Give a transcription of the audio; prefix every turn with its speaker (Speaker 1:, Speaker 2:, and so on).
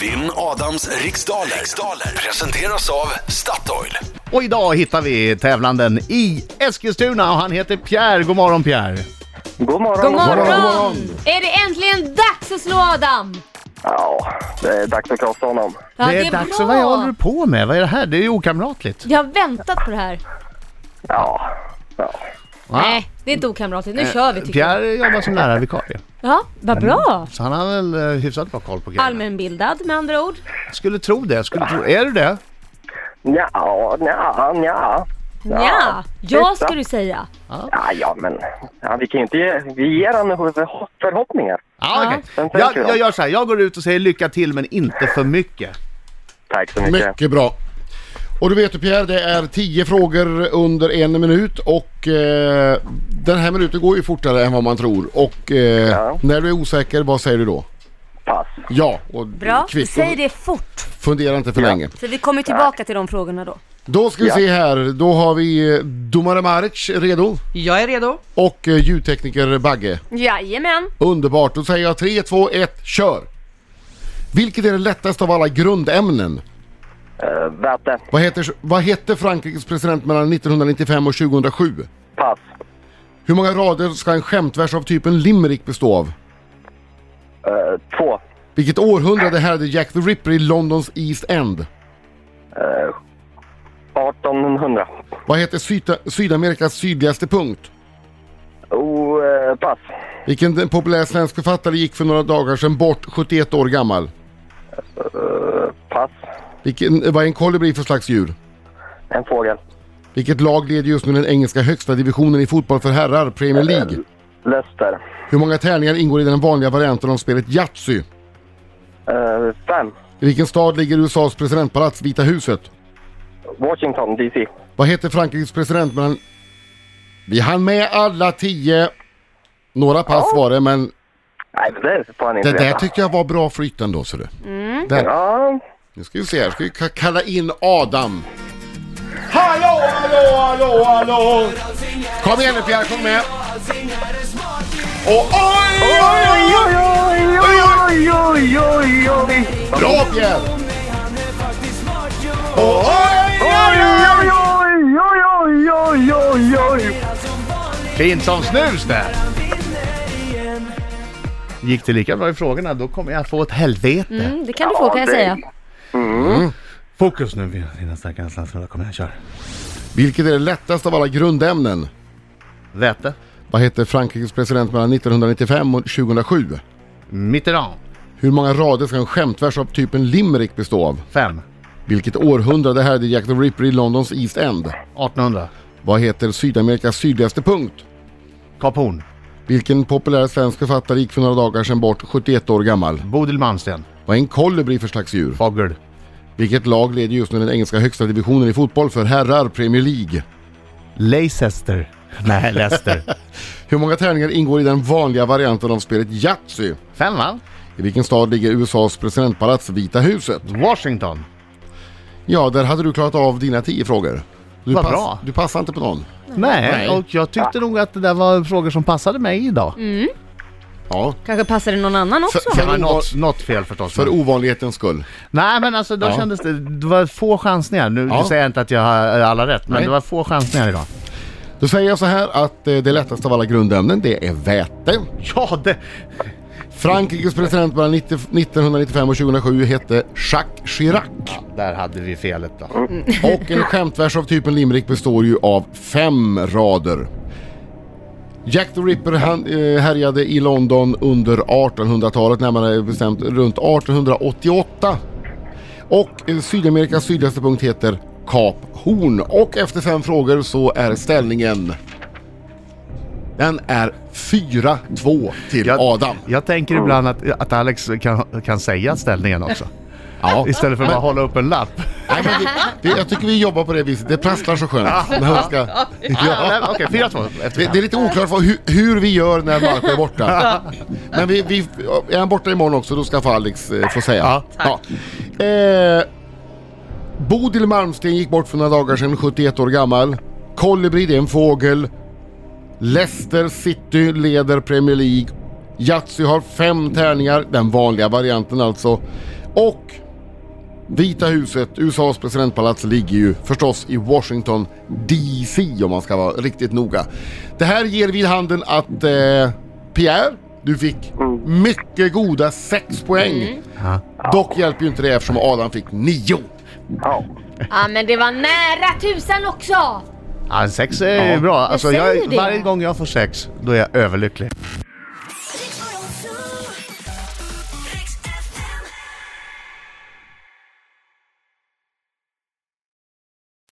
Speaker 1: Vinn Adams riksdaler. riksdaler presenteras av Statoil.
Speaker 2: Och idag hittar vi tävlanden i Eskilstuna och han heter Pierre. God morgon Pierre!
Speaker 3: God morgon.
Speaker 4: God morgon.
Speaker 2: God morgon.
Speaker 4: Är det äntligen dags att slå Adam?
Speaker 3: Ja, det är dags att krossa honom.
Speaker 4: Ja,
Speaker 2: det, är dags och vad håller du på med? Vad är det här? Det är ju okamratligt.
Speaker 4: Jag har väntat på det här.
Speaker 3: Ja, ja.
Speaker 2: Ja.
Speaker 4: Nej, det är inte okamratligt.
Speaker 2: Eh,
Speaker 4: Nu kör vi tycker jag.
Speaker 2: Pierre jobbar som lärarvikarie,
Speaker 4: Ja, vad bra.
Speaker 2: så han har väl eh, hyfsat bra koll på grejerna.
Speaker 4: Allmänbildad med andra ord.
Speaker 2: Skulle tro det, skulle tro. Är du det?
Speaker 3: Nja, nja, nja.
Speaker 4: Ja, ja ska du säga.
Speaker 3: Ja, ja, men ja, vi kan ju inte ge, vi ger honom förho- förhoppningar.
Speaker 2: Ja, okej.
Speaker 3: Den tänker
Speaker 2: Jag,
Speaker 3: jag.
Speaker 2: jag gör så här, jag går ut och säger lycka till men inte för mycket.
Speaker 3: Tack så mycket.
Speaker 5: Mycket bra. Och du vet ju Pierre, det är 10 frågor under en minut och eh, den här minuten går ju fortare än vad man tror. Och eh, när du är osäker, vad säger du då?
Speaker 3: Pass.
Speaker 5: Ja, och
Speaker 6: Bra,
Speaker 5: kvickt.
Speaker 6: säg det fort.
Speaker 5: Fundera inte för länge.
Speaker 6: För vi kommer tillbaka till de frågorna då.
Speaker 5: Då ska vi
Speaker 3: Ja.
Speaker 5: se här, då har vi eh, domare Maric redo
Speaker 7: Jag är redo.
Speaker 5: och eh, ljudtekniker Bagge.
Speaker 6: Jajamän.
Speaker 5: Underbart, då säger jag 3, 2, 1, kör! Vilket är det lättaste av alla grundämnen?
Speaker 3: Uh, väte.
Speaker 5: Vad heter, vad hette Frankrikes president mellan 1995 och 2007?
Speaker 3: Pass.
Speaker 5: Hur många rader ska en skämtvers av typen limerick bestå av?
Speaker 3: Eh, två.
Speaker 5: Vilket århundrade härde Jack the Ripper i Londons East End?
Speaker 3: Eh, 1800.
Speaker 5: Vad heter Syda- Sydamerikas sydligaste punkt?
Speaker 3: Oh, eh, pass.
Speaker 5: Vilken populär svensk författare gick för några dagar sedan bort, 71 år gammal?
Speaker 3: Eh, pass.
Speaker 5: Vilken, vad är en kolibri för slags djur?
Speaker 3: En fågel.
Speaker 5: Vilket lag leder just nu den engelska högsta divisionen i fotboll för herrar, Premier League?
Speaker 3: Lester.
Speaker 5: Hur många tärningar ingår i den vanliga varianten av spelet Yatzy?
Speaker 3: Eh, fem.
Speaker 5: I vilken stad ligger USAs presidentpalats, Vita huset?
Speaker 3: Washington DC.
Speaker 5: Vad heter Frankrikes president mellan... Vi hann med alla tio. Några pass var det, men
Speaker 3: Nej, det där får han
Speaker 5: det
Speaker 3: inte
Speaker 5: där
Speaker 3: veta.
Speaker 5: tyckte jag var bra Mm. flyt ändå, ser du. Där.
Speaker 3: Ja,
Speaker 5: Nu ska vi se här, ska vi ka- kalla in Adam.
Speaker 2: Hallå, hallå, hallå, hallå!
Speaker 5: Kom igen nu Pierre, kom med.
Speaker 2: Och oj, oj, oj, oj, oj, oj, oj, oj, oj.
Speaker 5: Bra Pierre!
Speaker 2: Och oj, oj, oj, oj, oj, oj, oj, oj, oj. Fint som snus det! Gick det lika bra i frågorna, då kommer jag få ett helvete.
Speaker 4: Mm, det kan du få kan jag säga.
Speaker 2: Fokus nu, mina stackars landsmän. Kom igen, kör.
Speaker 5: Vilket är det lättaste av alla grundämnen?
Speaker 2: Väte.
Speaker 5: Vad heter Frankrikes president mellan 1995 och 2007?
Speaker 2: Mitterrand.
Speaker 5: Hur många rader ska en skämtvers av typen limerick bestå av?
Speaker 2: Fem.
Speaker 5: Vilket århundrade här är det Jack the Ripper i Londons East End?
Speaker 2: 1800.
Speaker 5: Vad heter Sydamerikas sydligaste punkt?
Speaker 2: Kap Horn.
Speaker 5: Vilken populär svensk författare gick för några dagar sedan bort, 71 år gammal?
Speaker 2: Bodil Malmsten.
Speaker 5: Vad är en kolibri för slags djur?
Speaker 2: Fogel.
Speaker 5: Vilket lag leder just nu den engelska högsta divisionen i fotboll för herrar, Premier League?
Speaker 2: Leicester. Nej, Leicester.
Speaker 5: Hur många tärningar ingår i den vanliga varianten av spelet Yatzy?
Speaker 2: Fem, va?
Speaker 5: I vilken stad ligger USAs presidentpalats, Vita huset?
Speaker 2: Washington.
Speaker 5: Ja, där hade du klarat av dina tio frågor. Du
Speaker 2: Vad bra.
Speaker 5: Du passade inte på någon.
Speaker 2: Nej,
Speaker 5: Nej.
Speaker 2: och jag tyckte nog att det där var frågor som passade mig idag.
Speaker 5: Ja,
Speaker 4: Kanske passar det någon annan också.
Speaker 2: Det var
Speaker 5: ovanlig-
Speaker 2: något, något fel förstås.
Speaker 5: för ovanlighetens skull.
Speaker 2: Nej men alltså då
Speaker 5: Ja.
Speaker 2: kändes det, det var få chansningar. Nu
Speaker 5: Ja.
Speaker 2: säger jag inte att jag har alla rätt, men
Speaker 5: Nej.
Speaker 2: det var få chansningar idag.
Speaker 5: Då säger jag så här att eh, det lättaste av alla grundämnen, det är väte.
Speaker 2: Ja, det...
Speaker 5: Frankrikes president mellan 90, 1995 och 2007 hette Jacques Chirac.
Speaker 2: Där hade vi felet då.
Speaker 5: Och en skämtvers av typen limerick består ju av fem rader. Jack the Ripper han, eh, härjade i London under 1800-talet, närmare bestämt runt 1888. Och eh, Sydamerikas sydligaste punkt heter Kap Horn. Och efter fem frågor så är ställningen... Den är 4-2 till
Speaker 2: Jag,
Speaker 5: Adam.
Speaker 2: jag tänker ibland att, att Alex kan, kan säga ställningen också.
Speaker 5: Ja.
Speaker 2: Istället för att bara hålla upp en lapp.
Speaker 5: Nej, men det, det, jag tycker vi jobbar på det viset. Det prasslar så skönt. När man ska,
Speaker 2: Ja. Okej, 4-2 efter
Speaker 5: det, det är lite oklart vad, hur, hur vi gör när Marko är borta. Men vi, vi, är han borta imorgon också, då ska få Alex eh, få säga.
Speaker 2: Ja,
Speaker 5: Ja. Eh, Bodil Malmsten gick bort för några dagar sedan, 71 år gammal. Kolibri, det är en fågel. Leicester City leder Premier League. Yatzy har fem tärningar, den vanliga varianten alltså. Och Vita huset, USAs presidentpalats, ligger ju förstås i Washington DC om man ska vara riktigt noga. Det här ger vid handen att eh, Pierre, du fick mycket goda 6 poäng. Dock hjälper ju inte det eftersom Adam fick 9.
Speaker 3: Ja.
Speaker 4: Ja men det var nära tusen också!
Speaker 2: Ja, sex är bra. Alltså,
Speaker 4: säger
Speaker 2: jag,
Speaker 4: det.
Speaker 2: varje gång jag får sex, då är jag överlycklig.